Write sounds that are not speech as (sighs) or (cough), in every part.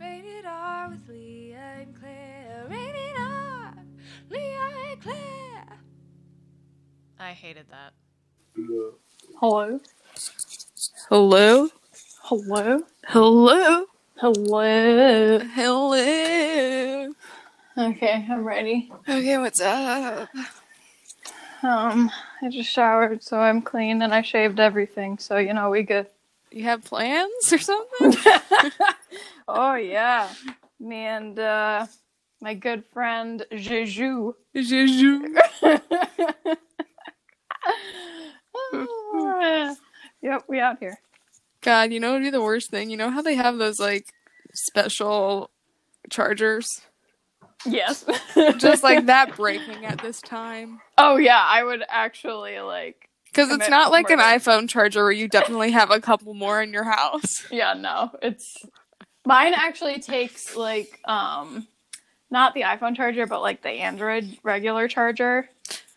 radar with Leah and Claire. Radar, Leah and Claire. I hated that. Hello? Hello? Hello? Hello? Hello? Hello? Okay, I'm ready. Okay, what's up? Um, I just showered, so I'm clean, and I shaved everything, so you know, we (laughs) good. You have plans or (laughs) something? Oh, yeah. Me and, uh, my good friend, (laughs) Jeju. Juju. yep, we out here. Oh. God, you know what would be the worst thing? You know how they have those like special chargers? Yes. Just (laughs) like that breaking at this time. oh, yeah, I would actually, like, Because it's Commit not like an murder. iPhone charger where you definitely have a couple more in your house. Yeah, no, it's mine actually takes like um not the iPhone charger, but like the Android regular charger.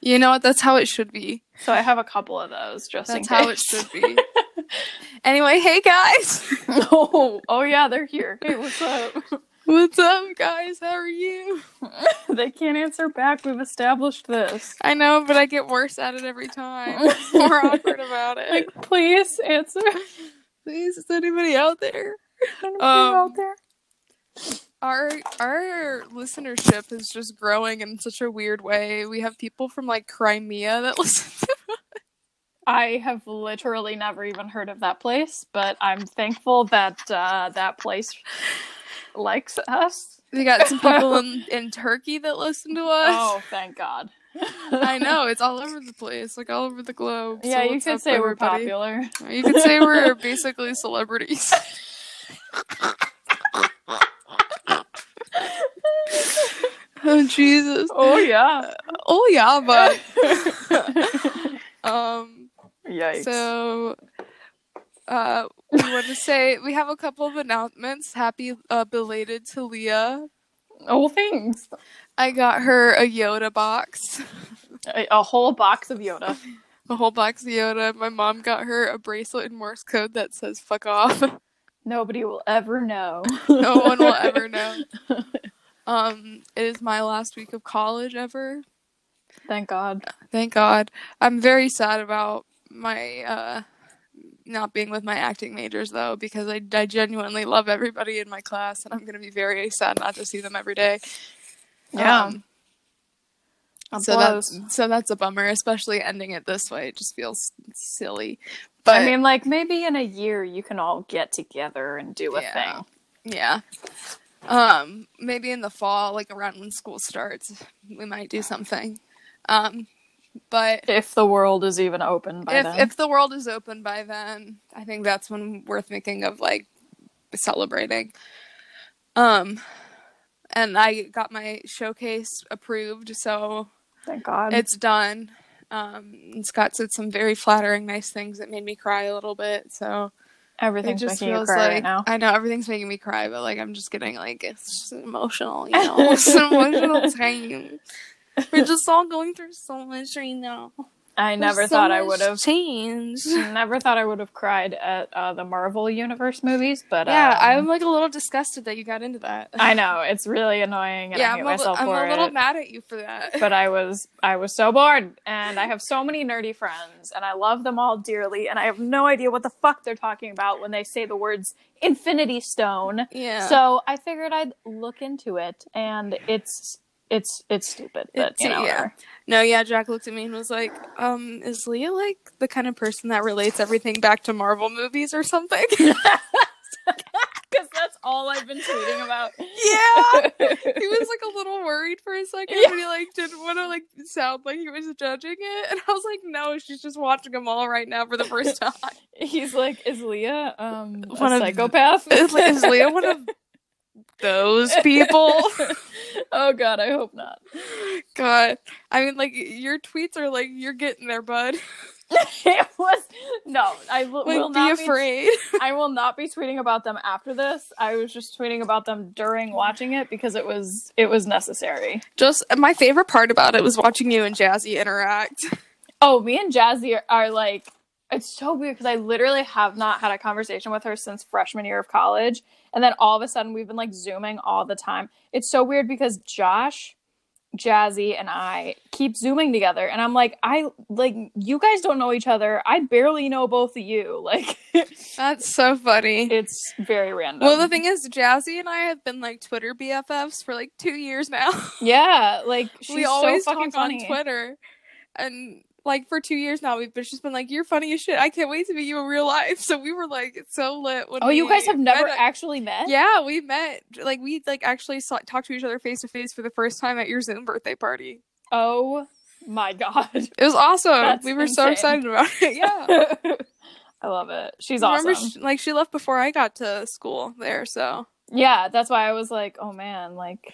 You know what? That's how it should be. So I have a couple of those just in That's case. how it should be. (laughs) anyway, hey guys. (laughs) oh, oh yeah, they're here. (laughs) Hey, what's up? What's up, guys? How are you? they can't answer back. We've established this. I know, but I get worse at it every (laughs) time. More awkward about it. Like, please answer. (laughs) Please, is anybody out there? Anybody Um, out there? Our our listenership is just growing in such a weird way. We have people from like Crimea that (laughs) listen. To- I have literally never even heard of that place, but I'm thankful that uh, that place likes (laughs) us. we got some people (laughs) in in Turkey that listen to us. Oh, thank God. I know it's all over the place, like all over the globe. Yeah, So you what's could up, say we're everybody? popular. You could say we're basically celebrities. (laughs) oh Jesus! Oh (laughs) yeah. Oh yeah, (laughs) but um. Yikes. So, uh, we want to say we have a couple of announcements. Happy uh, belated to Leah. oh, thanks. I got her a Yoda box, (laughs) A, a whole box of Yoda. a whole box of Yoda. My mom got her a bracelet in Morse code that says "fuck off." (laughs) Nobody will ever know. (laughs) no one will ever know. Um, it is my last week of college ever. Thank God. Thank God. I'm very sad about my uh not being with my acting majors though because I, I genuinely love everybody in my class and I'm going to be very sad not to see them every day. Um, so that's so that's a bummer, especially ending it this way. It just feels silly. But I mean, like maybe in a year you can all get together and do a Yeah. thing. yeah. Um maybe in the fall like around when school starts, we might do something. Um but If the world is even open by if then. if the world is open by then, I think that's when we're thinking of like celebrating. Um and I got my showcase approved, so Thank God. it's done. Um and Scott said some very flattering nice things that made me cry a little bit, so it Everything's just making you feels cry like right now. I know everything's making me cry, but like I'm just getting like it's just emotional, you know. (laughs) (laughs) it's an emotional time. We're just all going through so much right now. I There's never so thought I much would (laughs) have. changed. Never thought I would have cried at uh, the Marvel Universe movies, but Yeah, um, I'm like a little disgusted that you got into that. I know it's really annoying, and I yeah, hate I'm a, li- myself I'm for a little it. mad at you for that. but I was I was so bored and I have so many nerdy friends and I love them all dearly and I have no idea what the fuck they're talking about when they say the words infinity stone. (laughs) yeah. So I figured I'd look into it and it's it's it's stupid, but It's- you know. yeah. whatever. no, yeah, Jack looked at me and was like, um, is Leah like the kind of person that relates everything back to Marvel movies or (laughs) something? (laughs) Cuz that's all I've been (laughs) tweeting about. yeah. He was like a little worried for a second, but he like didn't want to like sound like he was judging it. And I was like, no, she's just watching them all right now for the first time. He's like, "Is Leah um a One of- psychopath?" (laughs) (laughs) is is Leah one of (laughs) those people? (laughs) oh god, I hope not. (laughs) God, I mean, like your tweets are like you're getting there, (laughs) bud. it was no, I will Like, will be not be afraid. I will not be tweeting about them after this. I was just tweeting about them during watching it because it was it was necessary. (laughs) Just my (laughs) favorite part about it was watching you and Jazzy interact. Oh, me and Jazzy are, are like It's so weird because I literally have not had a conversation with her since freshman year of college. And then all of a sudden we've been like zooming all the time. It's so weird because Josh, Jazzy, and I keep zooming together. And I'm like, I like you guys don't know each other. I barely know both of you. (laughs) Like That's so funny. it's very random. Well, the thing is, Jazzy and I have been like Twitter BFFs for like two years now. (laughs) yeah, like she's we always so fucking talk on funny. Twitter, and like for two years now, we've been, she's been like, "You're funny as shit. I can't wait to meet you in real life." (laughs) So we were like, "It's so lit." When Oh, you we guys have never met. actually met? yeah, we met. Like we like actually saw, talked to each other face to face for the first time at your Zoom birthday party. Oh my god. It was awesome. That's we were so insane. excited about it. (laughs) (laughs) Yeah. I love it. She's Remember, awesome. she- like she left before I got to school there, so yeah, that's why I was like, oh man, like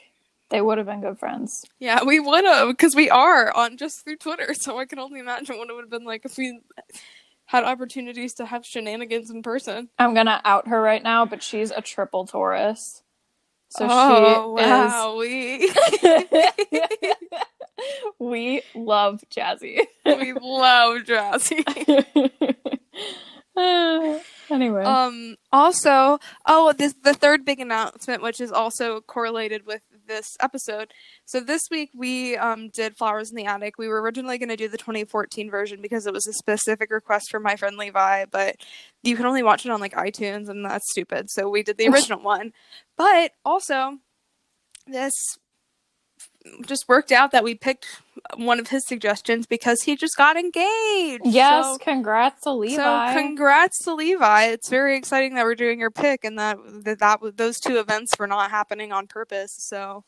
they would have been good friends. yeah, we would have because we are on just through Twitter. (laughs) So I can only imagine what it would have been like if we had opportunities to have shenanigans in person. I'm gonna out her right now, but she's a triple Taurus. So oh she wow, is (laughs) We love Jazzy. (laughs) we (laughs) we love Jazzy. anyway. um. Also, oh, this the third big announcement, which is also correlated with this episode. So this week we um did Flowers in the Attic. We were originally going to do the 2014 version because it was a specific request from my friend Levi, but you can only watch it on like iTunes, and that's stupid. So we (laughs) did the original one. But also, this just worked out that we picked one of his suggestions because he just got engaged. yes, So- congrats to Levi. so congrats to Levi. It's very exciting that we're doing your pick and that that, that w- those two events were not happening on purpose. So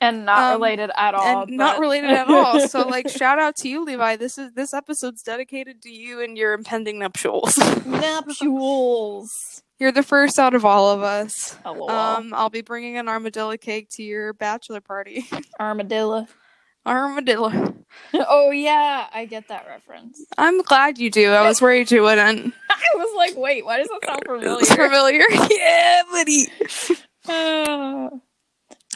and not um, related at all. and not but- related at (laughs) (laughs) all. So like shout out to you, Levi. This is this episode's dedicated to you and your impending nuptials. (laughs) nuptials. You're the first out of all of us. LOL. Um, I'll be bringing an armadillo cake to your bachelor party. (laughs) Armadillo. armadillo. (laughs) oh yeah, I get that reference. (laughs) I'm glad you do. I was worried you wouldn't. I was like, wait, why does that (laughs) sound It's (laughs) (sighs) familiar. yeah, buddy. familiar?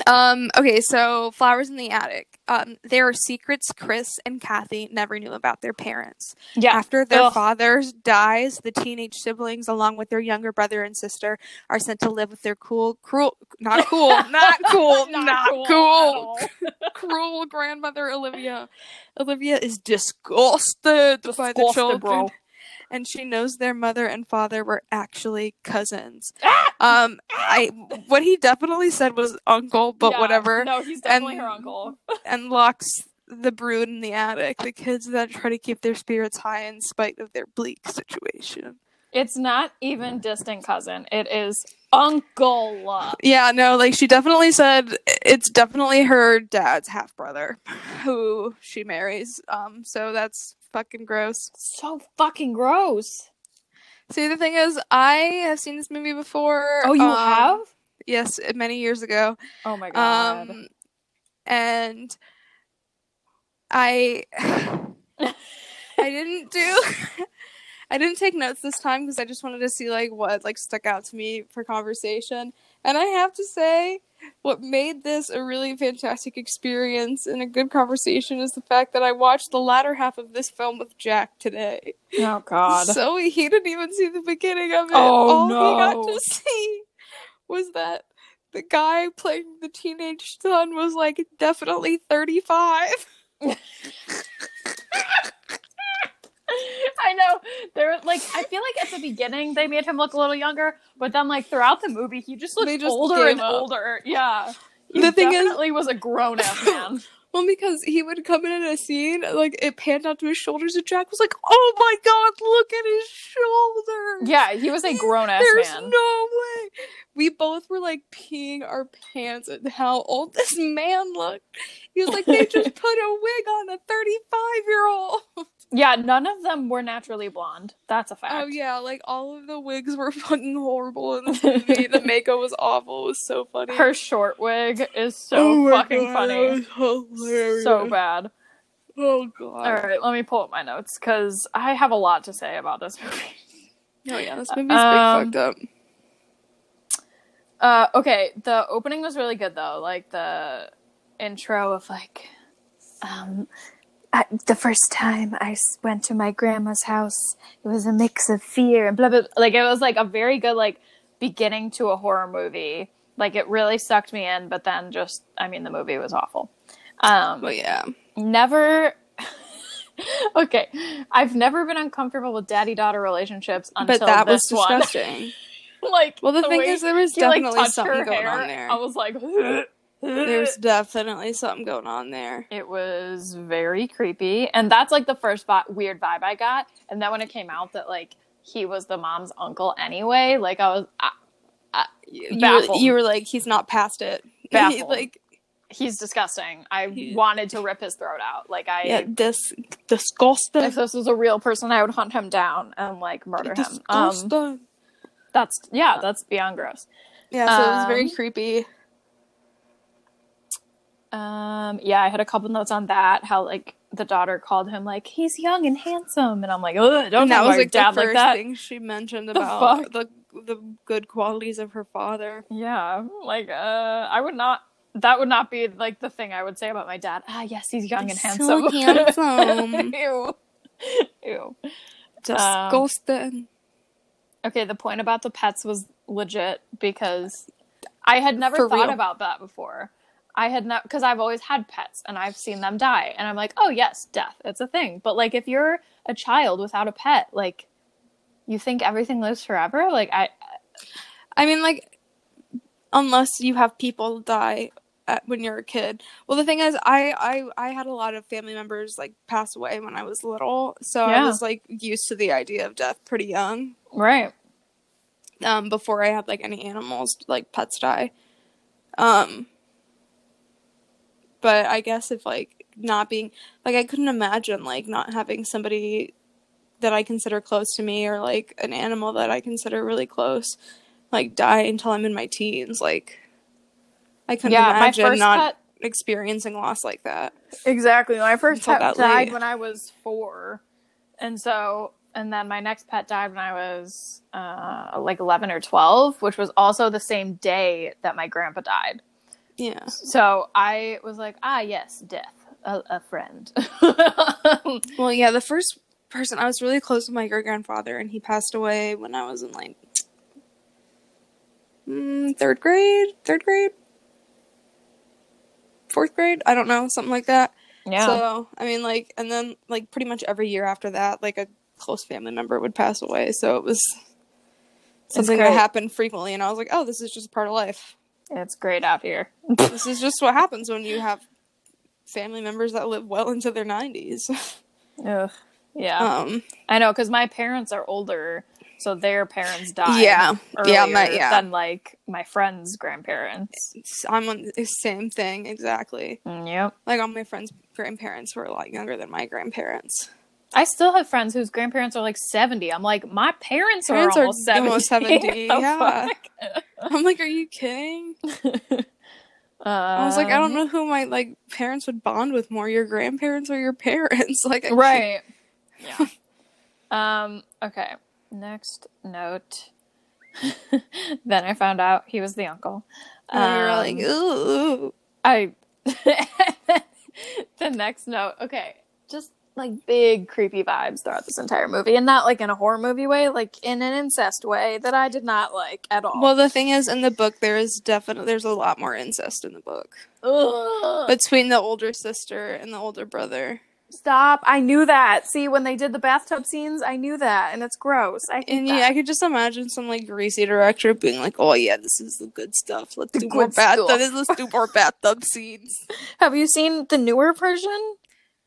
Um, okay, so Flowers in the Attic. Um, there are secrets Chris and Kathy never knew about their parents. yeah, After their Ugh. father dies, the teenage siblings, along with their younger brother and sister, are sent to live with their cool, cruel, (laughs) not cool, not cool, not, cool, at (laughs) all. cruel grandmother Olivia. Olivia is disgusted, by the Disgusted, children, bro. and she knows their mother and father were actually cousins. Ah! Um, I what he definitely said was uncle, but Yeah, whatever No, he's definitely And- her uncle. and locks the brood in the attic, the kids that try to keep their spirits high in spite of their bleak situation. It's not even distant cousin. It is uncle. Yeah, no, like she definitely said it's definitely her dad's half brother (laughs) who she marries. Um, so that's fucking gross. So fucking gross. See, the thing is, I have seen this movie before. Oh, you um, have? Yes, many years ago. Oh my god. Um, and I, (laughs) I didn't do, (laughs) I didn't take notes this time because I just wanted to see like what like stuck out to me for conversation. And I have to say, what made this a really fantastic experience and a good conversation is the fact that I watched the latter half of this film with Jack today. oh god. So he didn't even see the beginning of it. Oh, All he got no. to (laughs) see was that the guy playing the teenage son was like definitely 35. (laughs) I know. They're like I feel like at the beginning they made him look a little younger, but then like throughout the movie he just looked They just older gave and up. older. Yeah. He The thing is- definitely was a grown (laughs) up man. Well, because he would come in at a scene, like it panned out to his shoulders, and Jack was like, Oh my god, look at his shoulders. Yeah, he was a He's- grown ass There's man. no way. We both were like peeing our pants at how old this man looked. He was like, They (laughs) just put a wig on a 35 year old. yeah, none of them were naturally blonde. That's a fact. Oh yeah, like all of the wigs were (laughs) fucking horrible in (laughs) this movie. the makeup was awful. It was so funny. Her short wig is Oh so fucking funny. hilarious. So bad. Oh god. All right, let me pull up my notes because I have a lot to say about this (laughs) movie. Oh yeah, this movie's Um, big fucked up. Uh, okay, the opening was really good though. Like the intro of like, um, I, the first time I s- went to my grandma's house, it was a mix of fear and blah, blah, blah. Like, it was like a very good, like, beginning to a horror movie. Like, it really sucked me in, but then just, I mean, the movie was awful. Um, Well, yeah. never (laughs) okay i've never been uncomfortable with daddy daughter relationships until But that was this (laughs) one (laughs) disgusting. like Well, the thing way is, there was he, like, definitely touched something her going hair, on there. i was like (laughs) There was definitely something going on there. it was very creepy and that's like the first vi- weird vibe i got and then when it came out that like he was the mom's uncle anyway like i was I, I, You were, baffled. you were like, he's not past it. (laughs) Baffled. like, he's disgusting i He- wanted to rip his throat out like i yeah, this disgusting. if this was a real person i would hunt him down and like murder him um Disgusting. That's yeah, that's beyond gross. yeah, so it was very um, creepy. Um, yeah, I had a couple notes on that. How like the daughter called him like he's young and handsome, and I'm like, oh, don't And that know was like like dad the like first that. thing she mentioned The about the, the good qualities of her father. Yeah, like uh, I would not. That would not be like the thing I would say about my dad. Ah, yes, he's young and handsome. (laughs) So (laughs) handsome. Ew. Ew. Um, Disgusting. Okay, the point about the pets was legit because I had never For thought real. about that before. I had not because I've always had pets and I've seen them die, and I'm like, oh yes, death, it's a thing. But like, if you're a child without a pet, like, you think everything lives forever? Like, I I mean, like, unless you have people die at, when you're a kid. Well, the thing is, I, I I had a lot of family members like pass away when I was little, so Yeah. I was like used to the idea of death pretty young. right, Um, before I had like any animals like pets die. Um, but I guess if like not being like I couldn't imagine like not having somebody that I consider close to me or like an animal that I consider really close like die until I'm in my teens. Like I couldn't yeah. My imagine first not pet experiencing loss like that. Exactly. My first Until pet that died late. when I was four, and so and then my next pet died when I was uh, like eleven or twelve, which was also the same day that my grandpa died. Yeah. So I was like, ah, yes, death, a, a friend. (laughs) Well, yeah, the first person I was really close with my great grandfather, and he passed away when I was in like mm, third grade, third grade, fourth grade. I don't know, something like that. yeah. So I mean, like, and then like pretty much every year after that, like a close family member would pass away. So it was something that great. happened frequently, and I was like, oh, this is just part of life. it's great out here. this is just what happens when you have family members that live well into their nineties. Ugh. Yeah, um. I know because my parents are older, so their parents died. Yeah. Yeah, my- earlier yeah. Than like my friends' grandparents. s- I'm on the same thing exactly. Mm, Yep. Like all my friends' grandparents were a lot younger than my (laughs) grandparents. I still have friends whose grandparents are like 70. I'm like, my parents, Parents are are almost 70. almost 70, (laughs) The yeah. fuck? I'm like, are you kidding? I was like, I Um. don't know who my like parents would bond with more, your grandparents or your parents. (laughs) Like, I Right. Yeah. (laughs) um, okay. Next note. (laughs) then I found out he was the uncle. can't- and Oh, you're like, Um, ooh. I (laughs) the next note. Okay, just like big creepy vibes throughout this entire movie, and not like in a horror movie way, like in an incest way that I did not like at all. Well, the thing is, in the book, there is definitely there's a lot more incest in the book Ugh. between the older sister and the older brother. stop! I knew that. See, when they did the bathtub scenes, I knew that, and it's gross. I hate And that. yeah, I could just imagine some like greasy director being like, "Oh yeah, this is the good stuff. Let's do more good bathtub. stuff." This- Let's do more bathtub (laughs) scenes." Have you seen the newer version?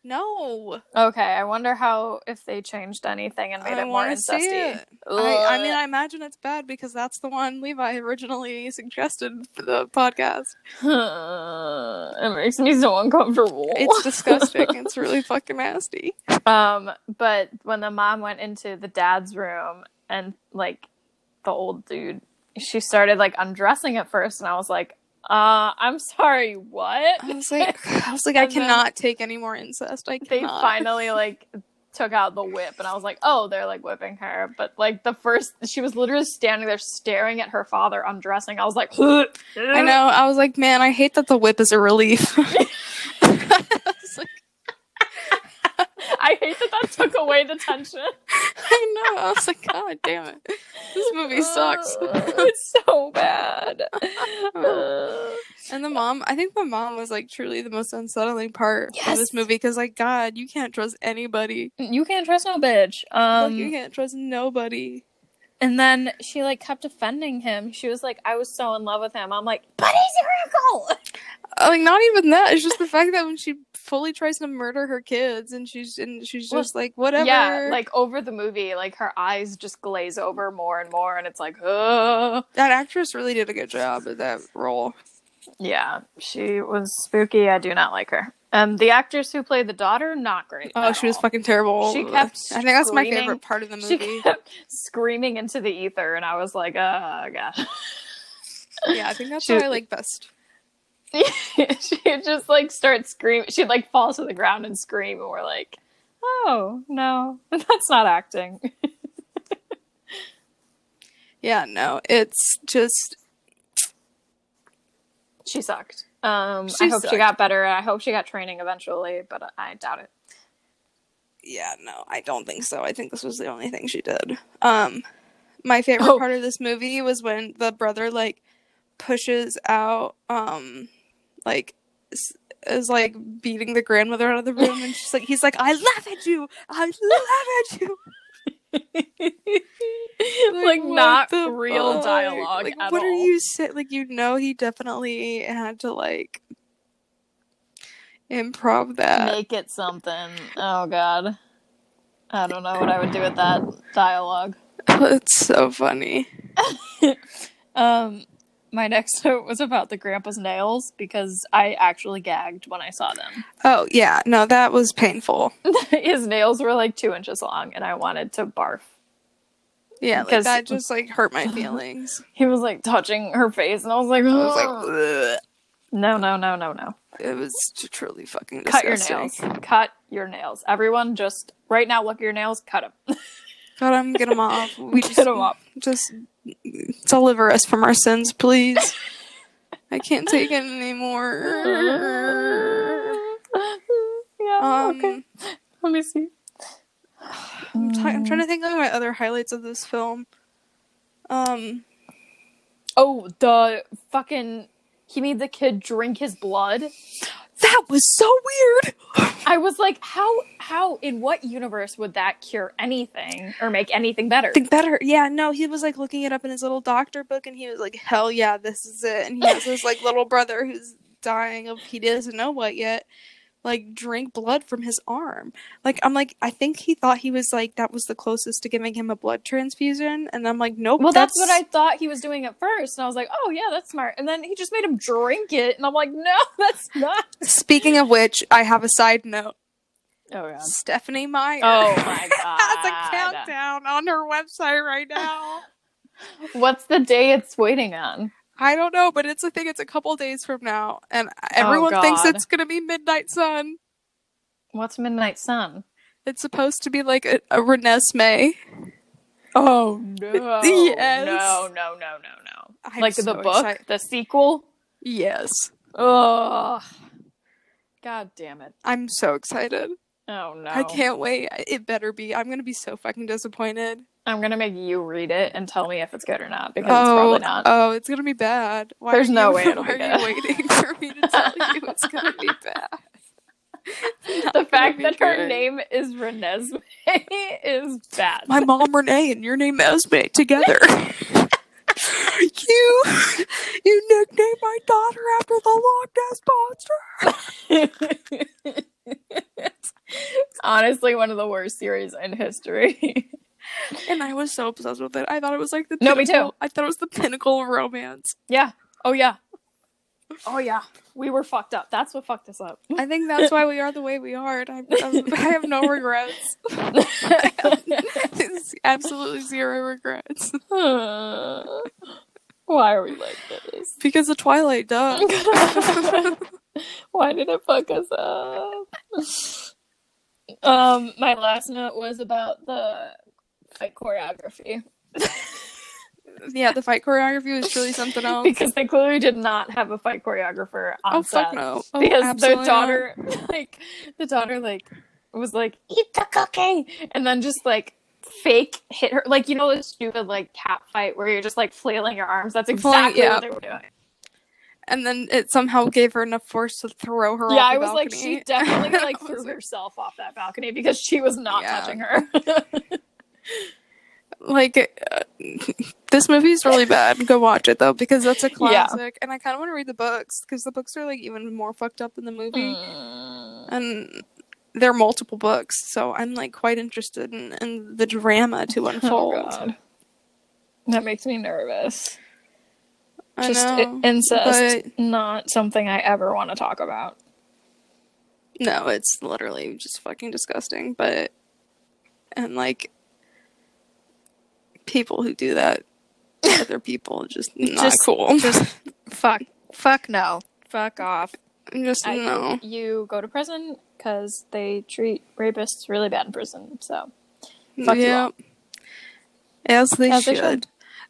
No, Okay, I wonder how if they changed anything and made I it more want to see incesty. it. I, I mean, I imagine it's bad because that's the one Levi originally suggested for the podcast. I... (laughs) it makes me so uncomfortable. (laughs) It's disgusting. it's really fucking nasty. Um, but when the mom went into the dad's room and like the old dude, she started like undressing at first, and I was like, "Uh, I'm sorry, what?" I was like, (laughs) I was like, I And then cannot take any more incest. I (laughs) They cannot. finally like took out the whip, and I was like, "Oh, they're like whipping her." But like the first, she was literally standing there staring at her father undressing. I was like, (laughs) I know. I was (laughs) (laughs) like, man, I hate that the whip is a relief. I was like, (laughs) paid attention. I know. I was like, God damn it. This movie sucks. (laughs) it's so bad. Uh, And the mom, I think the mom was like truly the most unsettling part of Yes. this movie because, like, God, you can't trust anybody. (laughs) you can't trust no bitch. Like, Um, you can't trust nobody. and then she like kept offending him. She was like, "I was so in love with him." I'm like, "But he's your uncle." Uh, Like, not even that. It's just the fact that when she fully tries to murder her kids and she's and she's Well, just like, whatever. (laughs) Yeah, like over the movie, like her eyes just glaze over more and more, and it's like, oh. that actress really did a good job at that role. Yeah, she was spooky. I do not like her. And the actress who played the daughter, not great. Oh, at she was all. fucking terrible. She kept I think that's my screaming- favorite part of the She movie. kept screaming into the ether, and I was like, oh gosh. yeah, I think that's (laughs) She- what I like best. (laughs) she just like starts screaming. She'd like fall to the ground and scream, and we're like, oh no, (laughs) that's not acting. Yeah, no, it's just She sucked. Um, She I hope sucked. she got better. I hope she got training eventually, but I doubt (laughs) it. yeah, no, I don't think so. I think this was the only thing she did. Um, my favorite Oh. part of this movie was when the brother like pushes out, um, like s- is like beating the grandmother out of the room, and she's like, he's like, I laugh at you, I laugh (laughs) at you. like, what not the real fuck? dialogue Like, at what all. are you saying? Like, you know, he definitely had to like improv that. Make it something. Oh god. I don't know what I would do with that dialogue. (laughs) That's so funny. Um, my next (laughs) note was about the grandpa's nails because I actually gagged when I saw them. Oh yeah, no, that was painful. (laughs) His nails were like two inches long, and I wanted to barf. Yeah, like, Because- that just like hurt my feelings. He was like touching her face, and I was (laughs) like, I was like, "Ugh." (gasps) "Ugh." no, no, no, no, no. it was t- truly fucking Cut disgusting. your nails. Cut your nails. Everyone, just right now, look at your nails. Cut them. God, I'm get them (laughs) off. (laughs) We Get just, them off. just deliver us from our sins, please. I can't take it (laughs) anymore. yeah. Um, okay. Let me see. I'm, try- I'm trying to think of my other highlights of this film. Um, Oh, the fucking. He made the kid drink his blood. that was so weird. (laughs) I was like, how, how, in what universe would that cure anything or make anything better? think better. Yeah, no, he was like looking it up in his little doctor book, and he was like, "Hell yeah, this is it." And he has this like little brother who's dying of he doesn't know what yet, like drink blood from his arm. Like I'm like I think he thought he was like that was the closest to giving him a blood transfusion, and I'm like, nope. Well, that's, what I thought he was doing at first. And I was like, oh, yeah, that's smart. And then he just made him drink it. And I'm like, no, (laughs) that's not. (laughs) Speaking of which, I have a side note. Oh, God. Stephanie Meyer. (laughs) Oh, my (laughs) Has a God. countdown on her website right now. What's the day it's waiting on? I don't know, but it's a thing. It's a couple days from now, and everyone thinks Oh, God. it's gonna be Midnight Sun. What's Midnight Sun? It's supposed to be like a, a Renesmee. Oh, no. (laughs) Yes. No, no, no, no, no. I'm like so the book, excited. the sequel? Yes, Oh, God damn it. I'm so excited. Oh, no. I can't wait. I- It better be. I'm gonna be so fucking disappointed. I'm gonna make you read it and tell me if it's good or not because it's oh, probably not. oh, it's gonna be bad. Why There's are no you, way it'll why be are you good. waiting for me to (laughs) tell you it's gonna be bad? the fact be that her good. name is Renesmee (laughs) is bad. (laughs) My mom Renee and your name Esme (laughs) together. you, you nicknamed my daughter after the Loch Ness monster. Honestly, one of the worst series in history. (laughs) And I was so obsessed with it. I thought it was like the No, me too. pinnacle- I thought it was the pinnacle of romance. yeah. Oh yeah. Oh yeah. We were fucked up. That's what fucked us up. I think that's why we are the way we are. And I, I'm- I have no regrets. (laughs) It's absolutely zero regrets. (laughs) (laughs) Why are we like this? (laughs) Because of Twilight, duh. Why did it fuck us up? Um, my last note was about the fight choreography yeah, the fight choreography was truly something else. (laughs) because they clearly did not have a fight choreographer on oh set fuck no! Oh, because absolutely (laughs) not. the daughter, like the daughter, like was like, eat the cookie. And then just like fake hit her. Like, you know, the stupid like cat fight where you're just like flailing your arms. That's Pulling- exactly yeah. what they were doing. and then it somehow gave her enough force to throw her. yeah, off the I was like, balcony. she (laughs) definitely like I was threw like- herself off that balcony because she was not Yeah. Oh, touching her. (laughs) like (laughs) uh, this movie's really bad. Go watch it though because (laughs) that's a classic, and I kind of want to read the books because the books are like even more fucked up than the movie, Mm. and there are multiple books, so I'm like quite interested in, in the drama to (laughs) Oh, unfold. God. That makes me nervous. I just i- know. incest, not something I ever want to talk about. No, it's literally just fucking disgusting. But and like people who do that to (laughs) other people just not Just- cool. (laughs) Just fuck, fuck no, fuck off. just I no. think you go to prison because they treat rapists really bad in prison. So fuck you all. As they As they should.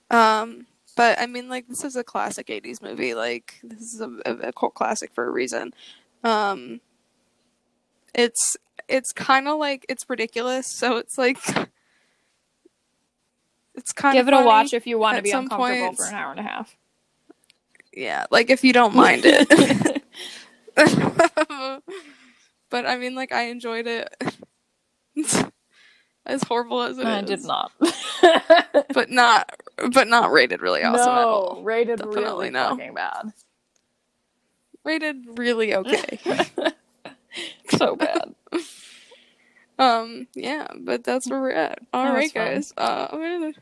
Um but I mean like this is a classic 80s movie. Like this is a, a, a cult classic for a reason. Um it's it's kind of like it's ridiculous, so it's like (laughs) it's kind give of it a watch if you want to at be some uncomfortable points. for an hour and a half. Yeah, like if you don't mind it. (laughs) (laughs) but I mean like I enjoyed it. (laughs) as horrible as it is. I (laughs) did not. but not but not rated really awesome at no, all. rated Definitely really no. (laughs) fucking bad. Rated really (laughs) okay. So (laughs) bad. um, yeah, but that's where we're at. All was right, fun. guys. Uh, I'm gonna.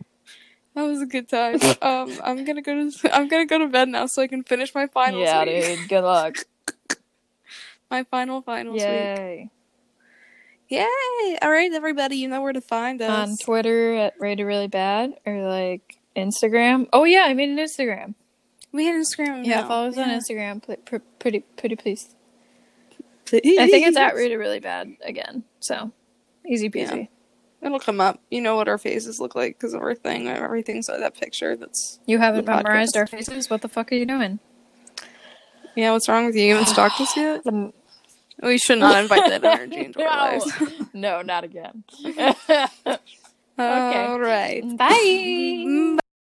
That was a good time. um, I'm gonna go to I'm gonna go to bed now so I can finish my finals. yeah, week. dude. Good (laughs) luck. My final finals week. Yay. Yay! All right, everybody, you know where to find us. On Twitter at rated really bad or like Instagram. Oh yeah, I made an Instagram. we had Instagram. Yeah, now. follow us on Yeah. Instagram. pl- pr- Pretty, pretty please. I think it's at rated really bad again. So easy peasy. It'll come up. You know what our faces look like because of our thing. Everything's on that picture. That's You haven't The podcast. memorized our faces. What the fuck are you doing? yeah. What's wrong with you? You haven't stalked us yet? We should not invite that energy into (laughs) our lives. no, not again. All right. (laughs) Bye.